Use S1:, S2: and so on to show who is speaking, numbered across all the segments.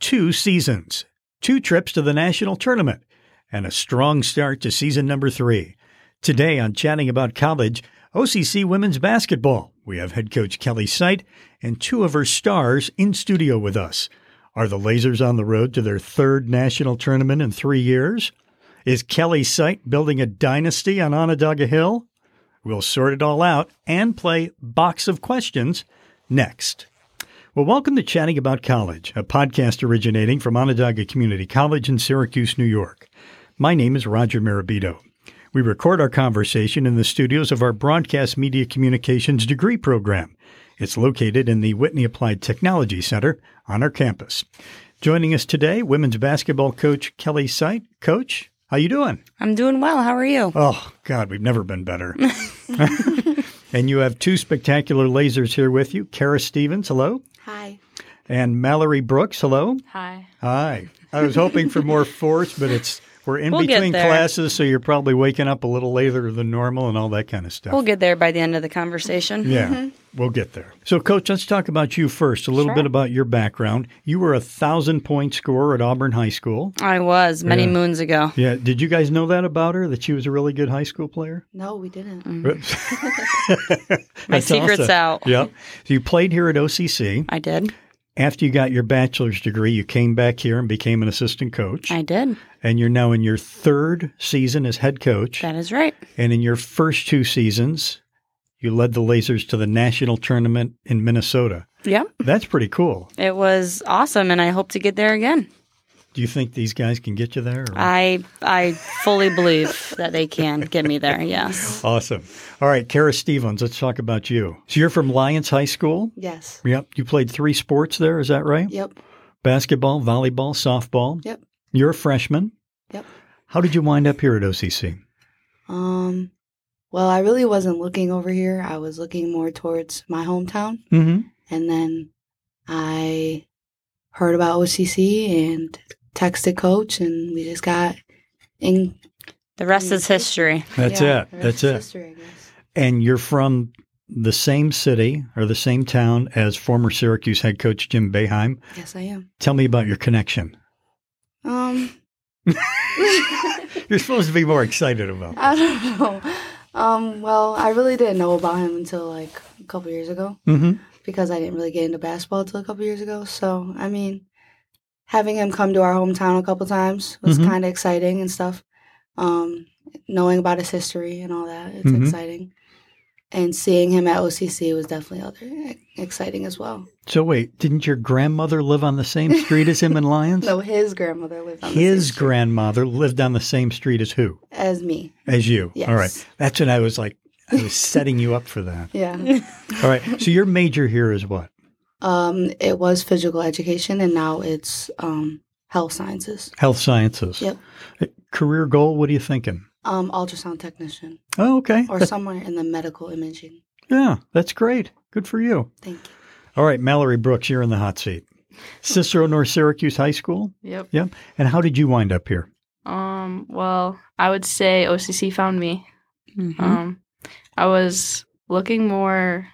S1: two seasons, two trips to the national tournament, and a strong start to season number three. Today on Chatting About College, OCC Women's Basketball, we have head coach Kelly Sight and two of her stars in studio with us. Are the Lasers on the road to their third national tournament in three years? Is Kelly Sight building a dynasty on Onondaga Hill? We'll sort it all out and play Box of Questions next. Well, welcome to Chatting About College, a podcast originating from Onondaga Community College in Syracuse, New York. My name is Roger Marabito. We record our conversation in the studios of our Broadcast Media Communications degree program. It's located in the Whitney Applied Technology Center on our campus. Joining us today, women's basketball coach Kelly Sight. Coach, how you doing?
S2: I'm doing well. How are you?
S1: Oh God, we've never been better. and you have two spectacular lasers here with you, Kara Stevens. Hello.
S3: Hi.
S1: And Mallory Brooks. Hello.
S4: Hi.
S1: Hi. I was hoping for more force, but it's we're in
S2: We'll get
S1: between
S2: there.
S1: classes, so you're probably waking up a little later than normal and all that kind of stuff.
S2: We'll get Mm-hmm. there by the end of the conversation.
S1: yeah, we'll get there. So, Coach, let's talk about you first. A little bit about your background. You were a thousand point scorer at Auburn High School.
S2: I was many
S1: Yeah.
S2: moons ago.
S1: Yeah. Did you guys know that about her? That she was a really good high school player?
S3: No, we didn't.
S1: Mm.
S2: Mm. My
S1: That's
S2: secret's
S1: awesome.
S2: out.
S1: Yep. So you played here at OCC.
S2: I did.
S1: After you got your bachelor's degree, you came back here and became an assistant coach.
S2: I did.
S1: and you're now in your third season as head coach.
S2: That is right.
S1: and in your first two seasons, you led the Lasers to the national tournament in Minnesota.
S2: Yep.
S1: That's pretty cool.
S2: It was awesome, and I hope to get there again.
S1: Do you think these guys can get you there? or-
S3: Uh,
S2: I I fully believe that they can get me there. Yes.
S1: awesome. All right, Kara Stevens, let's talk about you. So you're from Lions High School.
S3: Yes.
S1: Yep. You played three sports there, is that right?
S3: Yep.
S1: Basketball, volleyball, softball.
S3: Yep.
S1: You're a freshman.
S3: Yep.
S1: How did you wind up here at OCC?
S3: Um. Well, I really wasn't looking over here. I was looking more towards my hometown,
S1: Mm-hmm.
S3: and then I heard about OCC and texted coach, and we just got in.
S2: The rest is history.
S1: That's
S3: yeah,
S1: it.
S3: the
S1: That's
S3: rest
S1: it.
S3: is history, I guess.
S1: And you're from the same city or the same town as former Syracuse head coach Jim Beheim.
S3: Yes, I am.
S1: Tell me about your connection.
S3: Um.
S1: You're supposed to be more excited about
S3: I don't know. Um. Well, I really didn't know about him until like a couple years ago.
S1: Mm-hmm.
S3: because I didn't really get into basketball until a couple years ago. So, I mean, having him come to our hometown a couple times was
S1: Mhm.
S3: kind of exciting and stuff. Um, knowing about his history and all that, it's
S1: Mhm.
S3: exciting. And seeing him at OCC was definitely other e-, exciting as well.
S1: So wait, didn't your grandmother live on the same street as him in Lyons?
S3: No, his grandmother lived on the same
S1: His
S3: street
S1: grandmother lived on the same street as who?
S3: as me.
S1: As you.
S3: Yes.
S1: All right. That's what I was like. I was setting you up for that.
S3: Yeah.
S1: All right. So your major here is what?
S3: um, it was physical education, and now it's um, health sciences.
S1: Health sciences.
S3: Yep.
S1: Career goal, what are you thinking?
S3: Um, ultrasound technician,
S1: Oh, okay.
S3: or somewhere in the medical imaging.
S1: yeah, that's great. Good for you.
S3: Thank you.
S1: All right, Mallory Brooks, you're in the hot seat. Cicero North Syracuse High School.
S4: Yep.
S1: Yep. And how did you wind up here?
S4: Um. Well, I would say OCC found me.
S1: Mm-hmm.
S2: Mhm.
S4: Um, I was looking more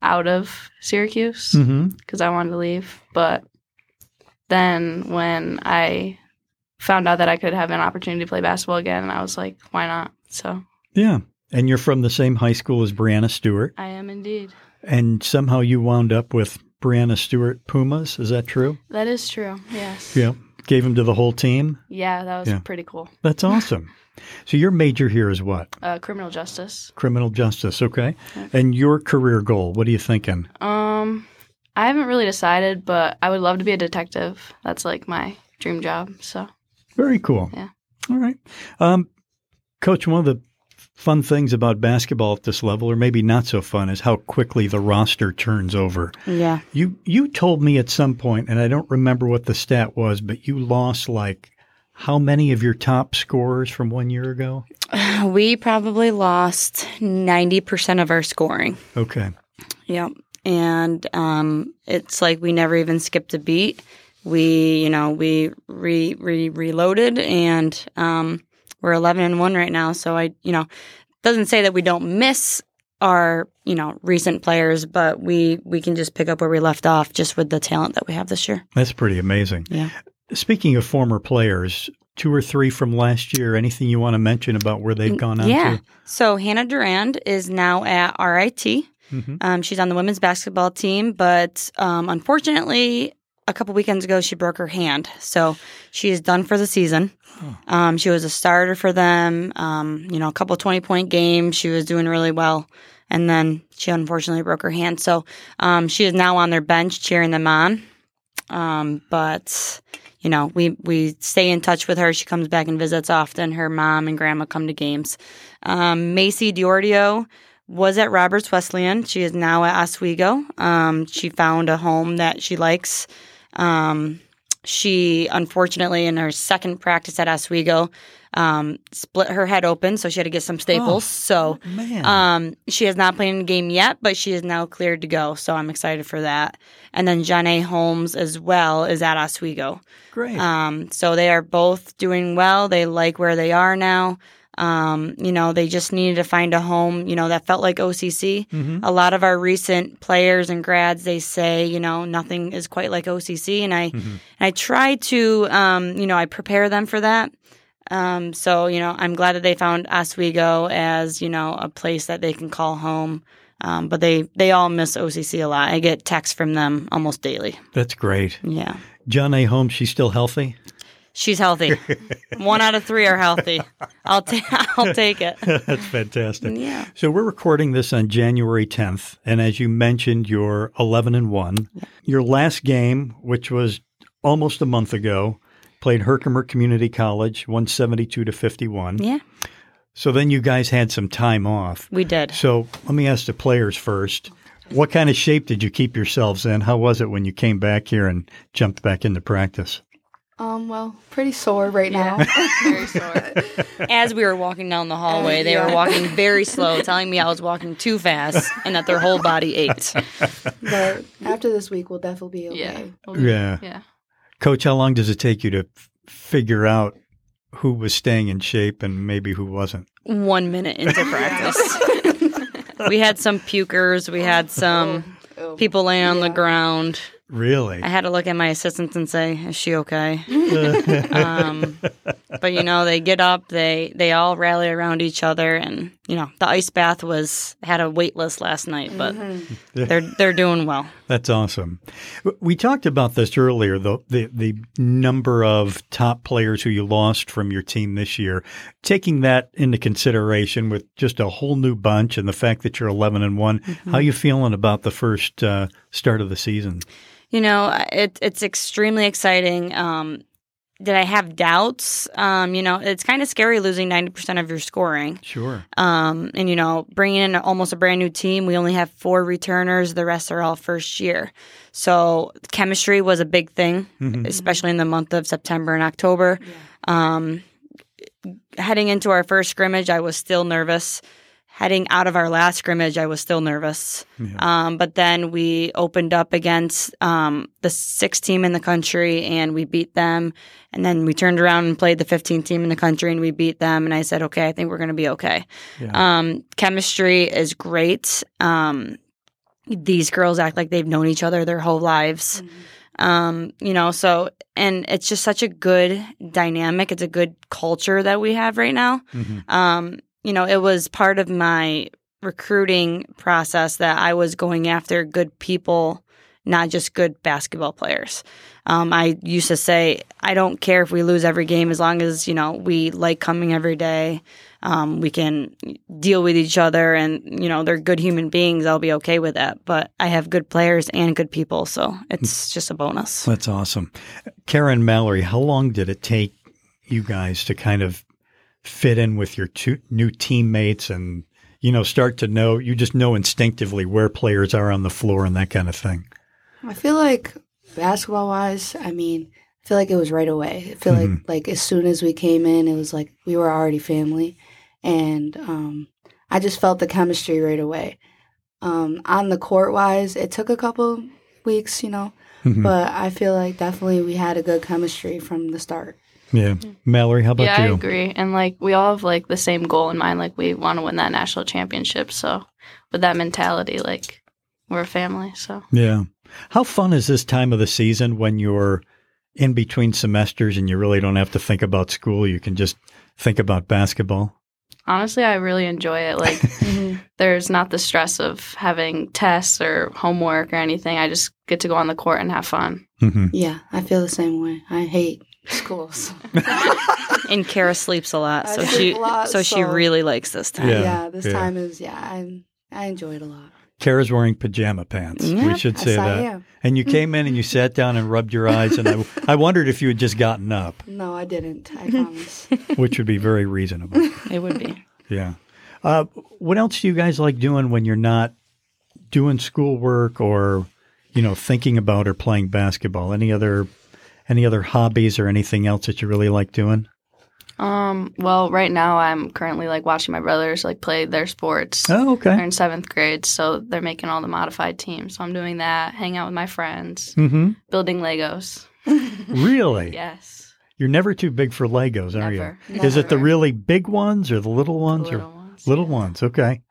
S4: out of Syracuse
S1: Mm-hmm.
S4: because I wanted to leave, but then when I found out that I could have an opportunity to play basketball again, I was like, why not? So
S1: Yeah. And you're from the same high school as Brianna Stewart.
S4: I am indeed.
S1: And somehow you wound up with Brianna Stewart Pumas. Is that true?
S4: That is true. Yes.
S1: Yeah. Gave him to the whole team.
S4: Yeah, that was
S1: Yeah.
S4: pretty cool.
S1: That's awesome. so your major here is what?
S4: Uh, criminal justice.
S1: Criminal justice. Okay. And your career goal, what are you thinking?
S4: Um, I haven't really decided, but I would love to be a detective. That's like my dream job. So
S1: Very cool.
S4: Yeah.
S1: All right. Um, Coach, one of the fun things about basketball at this level, or maybe not so fun, is how quickly the roster turns over.
S2: Yeah.
S1: You you told me at some point, and I don't remember what the stat was, but you lost like how many of your top scorers from one year ago?
S2: We probably lost ninety percent of our scoring.
S1: Okay.
S2: Yep. And um, it's like we never even skipped a beat. We, you know, we re, re reloaded and um, we're 11 and 1 right now. So I, you know, doesn't say that we don't miss are you know recent players, but we we can just pick up where we left off just with the talent that we have this year.
S1: That's pretty amazing.
S2: Yeah.
S1: Speaking of former players, two or three from last year, anything you want to mention about where they've gone on
S2: Mm, yeah.
S1: to?
S2: So Hannah Durand is now at RIT.
S1: Mhm.
S2: Um, she's on the women's basketball team, but um, unfortunately, a couple weekends ago, she broke her hand. So she is done for the season. Um, she was a starter for them, um, you know, a couple 20 point games. She was doing really well. And then she unfortunately broke her hand. So um, she is now on their bench cheering them on. Um, but, you know, we, we stay in touch with her. She comes back and visits often. Her mom and grandma come to games. Um, Macy Diordio was at Roberts Wesleyan. She is now at Oswego. Um, she found a home that she likes. Um, she unfortunately, in her second practice at Oswego, um, split her head open, so she had to get some staples. so
S1: Man.
S2: um, she has not played in the game yet, but she is now cleared to go. So I'm excited for that. And then Janae Holmes as well is at Oswego.
S1: Great.
S2: Um, so they are both doing well. They like where they are now. Um, you know, they just needed to find a home, you know, that felt like OCC.
S1: Mhm.
S2: A lot of our recent players and grads, they say, you know, nothing is quite like OCC. And I, and I try to, um, you know, I prepare them for that. Um, so, you know, I'm glad that they found Oswego as, you know, a place that they can call home. Um, but they, they all miss OCC a lot. I get texts from them almost daily.
S1: That's great.
S2: Yeah.
S1: John A. Holmes, she's still healthy?
S2: She's healthy. One out of three are healthy. I'll ta- I'll take it.
S1: That's fantastic.
S2: Yeah.
S1: So we're recording this on January 10th, and as you mentioned, you're 11 and one. Your last game, which was almost a month ago, played Herkimer Community College, 172 to 51.
S2: Yeah,
S1: So then you guys had some time off.
S2: we did.
S1: So let me ask the players first. What kind of shape did you keep yourselves in? How was it when you came back here and jumped back into practice?
S3: Um, well, pretty sore right now.
S4: Very sore.
S2: As we were walking down the hallway, they were
S3: Yeah.
S2: walking very slow, telling me I was walking too fast and that their whole body ached.
S3: but after this week, we'll definitely be okay.
S4: Yeah.
S1: Yeah.
S4: Yeah.
S1: Coach, how long does it take you to f- figure out who was staying in shape and maybe who wasn't?
S2: One minute into practice. we had some pukers, we had some
S3: Oh,
S2: people laying on the
S3: Yeah.
S2: ground.
S1: Really?
S2: I had to look at my assistants and say, "Is she okay?" um, but you know, they get up, they they all rally around each other, and you know, the ice bath was had a wait list last night, but they're they're doing well.
S1: That's awesome. W- We talked about this earlier, the, the the number of top players who you lost from your team this year. Taking that into consideration, with just a whole new bunch, and the fact that you're 11 and one, how you feeling about the first uh, start of the season?
S2: You know, it, it's extremely exciting. Um, did I have doubts? Um, you know, it's kind of scary losing ninety percent of your scoring.
S1: Sure.
S2: Um, and you know, bringing in almost a brand new team, we only have four returners. The rest are all first year. So chemistry was a big thing, especially in the month of September and October. Um, heading into our first scrimmage, I was still nervous. Heading out of our last scrimmage, I was still nervous. Um, but then we opened up against um, the sixth team in the country and we beat them. And then we turned around and played the 15th team in the country and we beat them. And I said, okay, I think we're going to be okay. Um, chemistry is great. Um, these girls act like they've known each other their whole lives. Um, you know, so, and it's just such a good dynamic. It's a good culture that we have right now.
S1: Mm-hmm.
S2: Um, you know, it was part of my recruiting process that I was going after good people, not just good basketball players. Um, I used to say, I don't care if we lose every game as long as, you know, we like coming every day. Um, we can deal with each other and, you know, they're good human beings. I'll be okay with that. But I have good players and good people. So it's just a bonus.
S1: That's awesome. Karen Mallory, how long did it take you guys to kind of fit in with your two new teammates and you know start to know you just know instinctively where players are on the floor and that kind of thing?
S3: I feel like basketball wise, I mean, I feel like it was right away. I feel like like as soon as we came in, it was like we were already family, and um, I just felt the chemistry right away. Um, on the court wise, it took a couple weeks, you know,
S1: Mhm.
S3: but I feel like definitely we had a good chemistry from the start.
S1: Yeah. Mallory, how about
S4: yeah, I
S1: you?
S4: agree. And like we all have like the same goal in mind. Like we want to win that national championship. So with that mentality, like we're a family. So
S1: Yeah. How fun is this time of the season when you're in between semesters and you really don't have to think about school? You can just think about basketball.
S4: honestly, I really enjoy it. Like
S2: Mm-hmm.
S4: there's not the stress of having tests or homework or anything. I just get to go on the court and have fun.
S1: hmm
S3: Yeah, I feel the same way. I hate schools.
S2: And Kara sleeps a lot,
S3: I
S2: so
S3: sleep
S2: she
S3: a lot,
S2: so she
S3: so-
S2: really likes this time.
S1: Yeah,
S3: Yeah, this
S1: yeah.
S3: time is yeah. I I enjoy it a lot.
S1: Kara's wearing pajama pants. We
S2: Yeah,
S1: should
S3: Yes,
S1: say
S3: I
S1: that.
S3: am.
S1: And you came in and you sat down and rubbed your eyes, and I, I wondered if you had just gotten up,
S3: No, I didn't. I promise.
S1: which would be very reasonable.
S4: It would be.
S1: Yeah. Uh, what else do you guys like doing when you're not doing schoolwork or, you know, thinking about or playing basketball? Any other, any other hobbies or anything else that you really like doing?
S4: Um, well, right now I'm currently like watching my brothers like play their sports.
S1: Oh,
S4: They're
S1: okay.
S4: in seventh grade, so they're making all the modified teams. So I'm doing that, hang out with my friends,
S1: Mm-hmm.
S4: building Legos.
S1: Really?
S4: Yes.
S1: You're never too big for Legos, are
S4: Never.
S1: you? Is it the
S4: Never.
S1: really big ones or the little ones
S4: little
S1: or
S4: ones,
S1: little
S4: yeah.
S1: ones? Okay.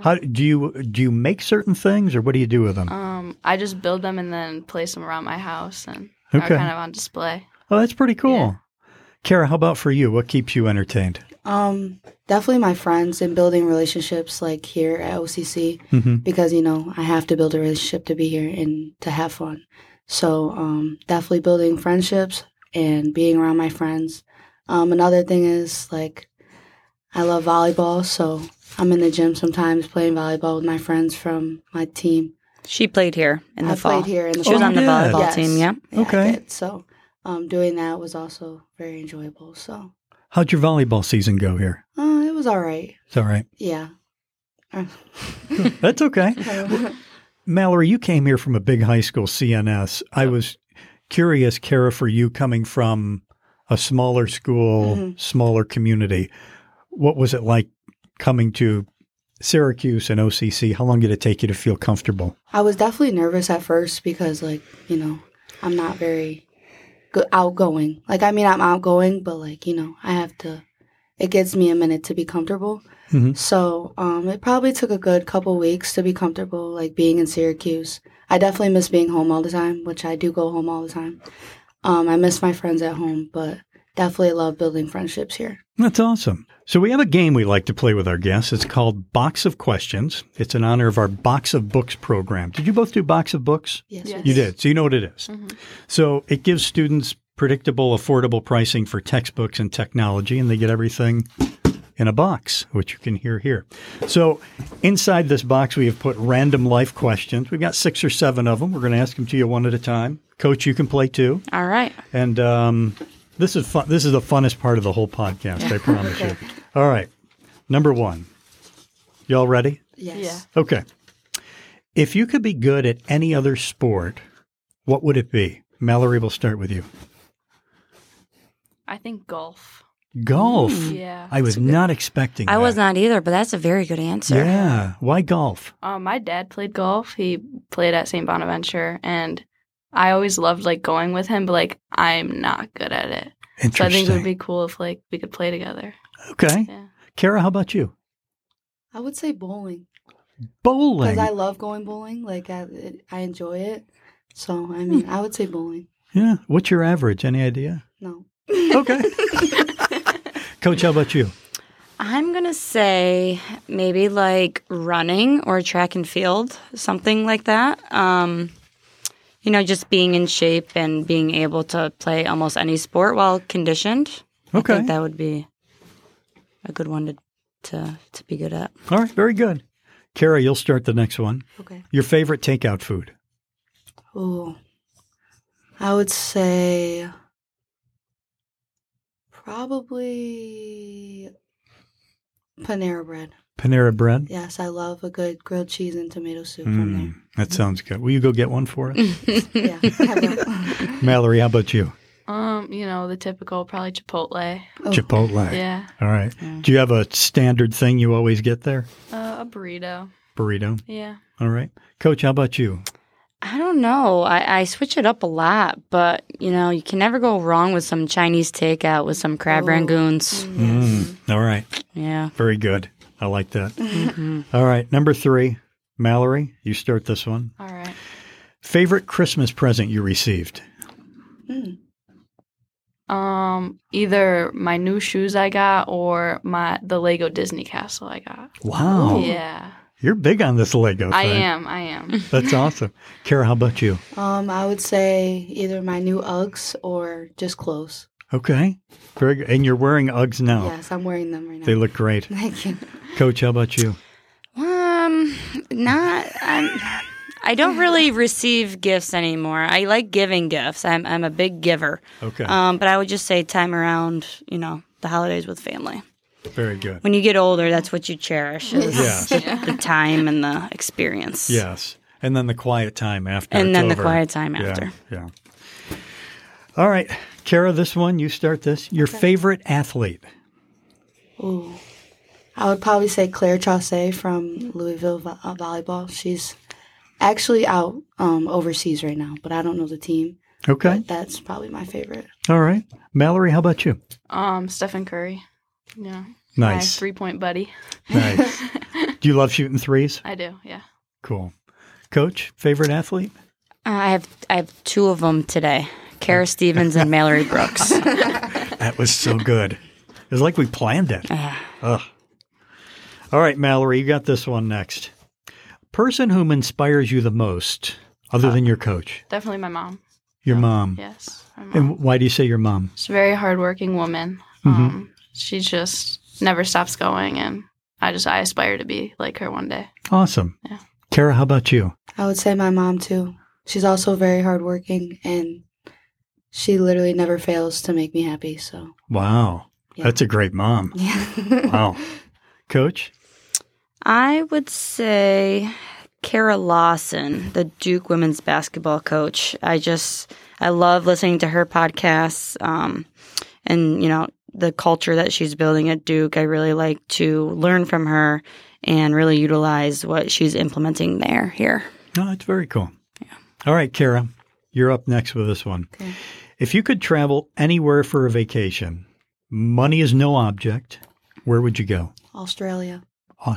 S1: How do you do you make certain things or what do you do with them?
S4: Um, I just build them and then place them around my house, and
S1: Okay.
S4: they're kind of on display.
S1: oh, that's pretty cool.
S4: yeah.
S1: Kara, how about for you? What keeps you entertained?
S3: um, definitely my friends and building relationships like here at OCC.
S1: Mm-hmm.
S3: because you know I have to build a relationship to be here and to have fun. So um, definitely building friendships and being around my friends. Um, another thing is like I love volleyball, so I'm in the gym sometimes playing volleyball with my friends from my team.
S2: She played here in the
S3: I
S2: fall.
S3: played here in the
S2: She
S1: Oh,
S2: was
S3: fall.
S2: on the
S1: you did?
S2: volleyball
S3: Yes.
S2: team. Yeah.
S3: Yeah, I
S1: Okay.
S3: did. So um, doing that was also very enjoyable. So
S1: How'd your volleyball season go here?
S3: uh, it was all right.
S1: It's all right.
S3: Yeah.
S1: That's okay. Mallory, you came here from a big high school, CNS. I was curious, Kara, for you coming from a smaller school,
S3: Mhm.
S1: smaller community, what was it like coming to Syracuse and OCC? How long did it take you to feel comfortable?
S3: I was definitely nervous at first because, like, you know, I'm not very go- outgoing. Like, I mean, I'm outgoing, but like, you know, I have to. It gives me a minute to be comfortable.
S1: Mhm.
S3: So, um, it probably took a good couple weeks to be comfortable, like being in Syracuse. I definitely miss being home all the time, which I do go home all the time. Um, I miss my friends at home, but definitely love building friendships here.
S1: That's awesome. So, we have a game we like to play with our guests. It's called Box of Questions. It's in honor of our Box of Books program. Did you both do Box of Books?
S3: Yes,
S4: Yes.
S1: You did. So you know what it is. So it gives students predictable, affordable pricing for textbooks and technology, and they get everything in a box, which you can hear here. So inside this box, we have put random life questions. We've got six or seven of them. We're going to ask them to you one at a time. Coach, you can play too.
S2: All right.
S1: And um, this is fun. This is the funnest part of the whole podcast. I promise you. All right, number one. Y'all ready?
S3: Yes.
S4: Yeah.
S1: Okay. If you could be good at any other sport, what would it be? Mallory, we'll start with you.
S4: I think golf.
S1: Golf.
S4: Yeah.
S1: Mm. I was not expecting
S2: I
S1: that.
S2: was not either, but that's a very good answer.
S1: Yeah. Why golf?
S4: Um, my dad played golf. He played at St. Bonaventure, and I always loved like going with him, but like I'm not good at it. So I
S1: Interesting.
S4: think it would be cool if like we could play together.
S1: okay.
S4: Yeah.
S1: Kara, how about you?
S3: I would say bowling.
S1: Bowling.
S3: because I love going bowling. Like I, it- I enjoy it. So
S1: Hmm.
S3: I mean, I would say bowling.
S1: yeah. What's your average? Any idea?
S3: No,
S1: Okay. Coach, how about you?
S2: I'm going to say maybe like running or track and field, something like that. Um, you know, just being in shape and being able to play almost any sport while conditioned. I
S1: Okay.
S2: think that would be a good one to to, to be good at.
S1: All right. Very good. Kara, you'll start the next one.
S3: okay.
S1: Your favorite takeout food?
S3: Ooh, I would say probably Panera bread.
S1: Panera bread.
S3: Yes, I love a good grilled cheese and tomato soup
S1: Mm, that sounds good. Will you go get one for us?
S3: from there. Yeah. I Mm, will.
S1: Mallory, how about you?
S4: Um, you know the typical, probably Chipotle.
S3: Oh,
S1: Chipotle.
S4: Yeah.
S1: All right. Do you have a standard thing you always get there?
S4: Uh, a burrito.
S1: Burrito.
S4: Yeah.
S1: All right. Coach, how about you?
S2: I don't know. I, I switch it up a lot, but you know, you can never go wrong with some Chinese takeout with some crab
S3: Oh.
S2: rangoons.
S1: Mm, all right.
S2: Yeah.
S1: Very good. I like that.
S4: Mm.
S1: All right. Number three, Mallory, you start this one.
S4: All right.
S1: Favorite Christmas present you received?
S4: Um, either my new shoes I got or my the Lego Disney castle I got.
S1: Wow.
S4: Yeah,
S1: You're big on this Lego thing.
S4: I am. I am.
S1: That's awesome. Kara, how about you?
S3: Um, I would say either my new Uggs or just clothes.
S1: Okay. Very good. And you're wearing Uggs now.
S3: Yes, I'm wearing them right now.
S1: Oh. They look great.
S3: Thank you.
S1: Coach, how about you?
S2: Um, not. I'm, I don't really receive gifts anymore. I like giving gifts. I'm I'm a big giver.
S1: Okay.
S2: Um, but I would just say time around, you know, the holidays with family.
S1: Very good.
S2: When you get older, that's what you cherish is
S1: Yes.
S2: the time and the experience.
S1: Yes. And then the quiet time after.
S2: And
S1: it's
S2: then the
S1: over.
S2: quiet time
S1: Yeah,
S2: after.
S1: Yeah. All right. Kara, this one, you start this. Your favorite athlete.
S3: Ooh. I would probably say Claire Chaussee from Louisville vo- uh, volleyball. She's actually out um, overseas right now, but I don't know the team.
S1: Okay.
S3: But that's probably my favorite.
S1: All right. Mallory, how about you?
S4: um, Stephen Curry. Yeah, my
S1: Nice.
S4: three point buddy.
S1: Nice. Do you love shooting threes?
S4: I do. Yeah.
S1: Cool. Coach, favorite athlete?
S2: Uh, I have I have two of them today. Kara Stevens and Mallory Brooks.
S1: That was so good. It was like we planned it.
S3: Ah.
S1: Ugh. All right, Mallory, you got this one next. Person whom inspires you the most, other
S3: Ah.
S1: than your coach,
S4: Definitely my mom.
S1: your mom.
S4: Yes. My mom.
S1: And Mm-hmm. why do you say your mom?
S4: She's a very hardworking woman. Um, she just never stops going, and I just I aspire to be like her one day.
S1: Awesome.
S4: Yeah.
S1: Kara, how about you?
S3: I would say my mom, too. She's also very hardworking and she literally never fails to make me happy. So,
S1: Wow.
S3: Yeah.
S1: That's a great mom.
S3: yeah.
S1: Wow. Coach?
S2: I would say Kara Lawson, the Duke women's basketball coach. I just I love listening to her podcasts, um, and you know the culture that she's building at Duke. I really like to learn from her and really utilize what she's implementing there here.
S1: No, that's very cool. All right, Kara, you're up next with this one.
S3: Okay.
S1: If you could travel anywhere for a vacation, money is no object, where would you go?
S3: Australia.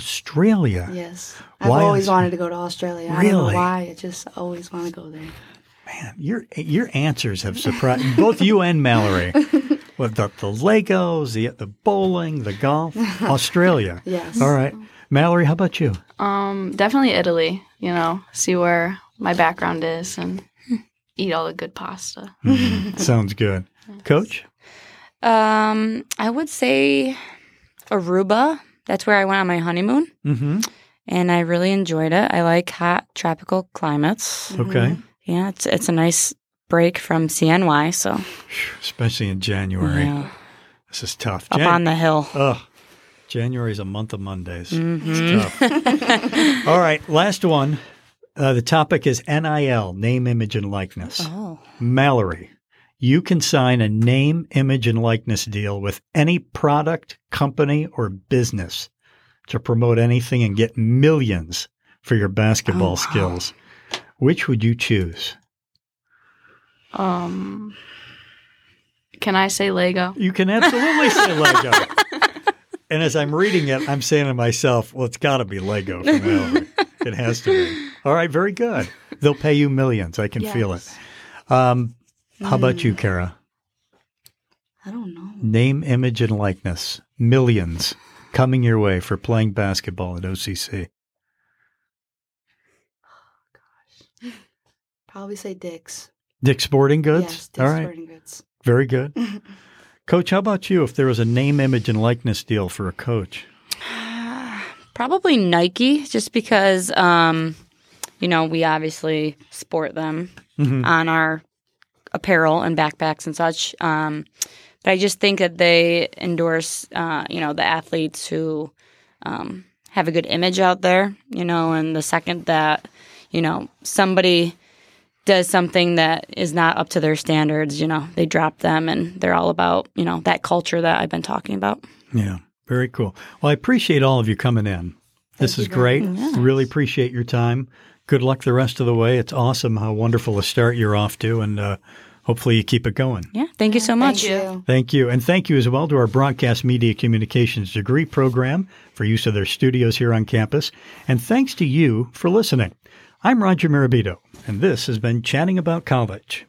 S1: Australia.
S3: Yes. I've
S1: Why
S3: always
S1: Australia?
S3: wanted to go to Australia. I don't
S1: Really?
S3: know why. I just always want to go there.
S1: Man, your your answers have surprised both you and Mallory. With the, the Legos, the the bowling, the golf, Australia.
S3: Yes.
S1: All right, Mallory, how about you?
S4: Um, definitely Italy. You know, see where my background is and
S1: Hmm.
S4: eat all the good pasta.
S1: Mm-hmm. Sounds good, Coach.
S2: Um, I would say Aruba. That's where I went on my honeymoon,
S1: Mm-hmm.
S2: and I really enjoyed it. I like hot tropical climates.
S1: Okay,
S2: Yeah, it's it's a nice break from CNY. So
S1: especially in January,
S2: yeah,
S1: this is tough.
S2: up on the hill.
S1: Ugh. January is a month of Mondays.
S2: Mhm.
S1: It's tough. All right, last one. Uh, the topic is NIL, name, image, and likeness.
S2: Oh,
S1: Mallory, you can sign a name, image, and likeness deal with any product, company, or business to promote anything and get millions for your basketball
S2: Oh, wow.
S1: skills. Which would you choose?
S4: Um, can I say Lego?
S1: You can absolutely say Lego. And as I'm reading it, I'm saying to myself, well, it's got to be Lego for Mallory. it has to be. All right, very good. They'll pay you millions. I can feel it.
S4: Yes.
S1: Um, how about
S2: Mm.
S1: you, Kara?
S3: Mm. I don't know.
S1: Name, image, and likeness. Millions coming your way for playing basketball at OCC.
S3: Probably say Dick's.
S1: Dick Sporting Goods?
S3: Yes, Dick's
S1: All right.
S3: Sporting Goods.
S1: Very good. coach, how about you if there was a name, image, and likeness deal for a coach?
S2: probably Nike, just because um, you know we obviously sport them on our apparel and backpacks and such. Um, but I just think that they endorse, uh, you know, the athletes who um, have a good image out there, you know, and the second that you know somebody does something that is not up to their standards, you know, they drop them and they're all about, you know, that culture that I've been talking about.
S1: Yeah, very cool. Well, I appreciate all of you coming in. This is great. Really appreciate your time. good luck the rest of the way. It's awesome how wonderful a start you're off to, and uh, hopefully you keep it going.
S2: Yeah. Thank you so
S3: Thank
S2: much.
S3: you.
S1: Thank you. And thank you as well to our Broadcast Media Communications degree program for use of their studios here on campus. And thanks to you for listening. I'm Roger Mirabito, and this has been Chatting About College.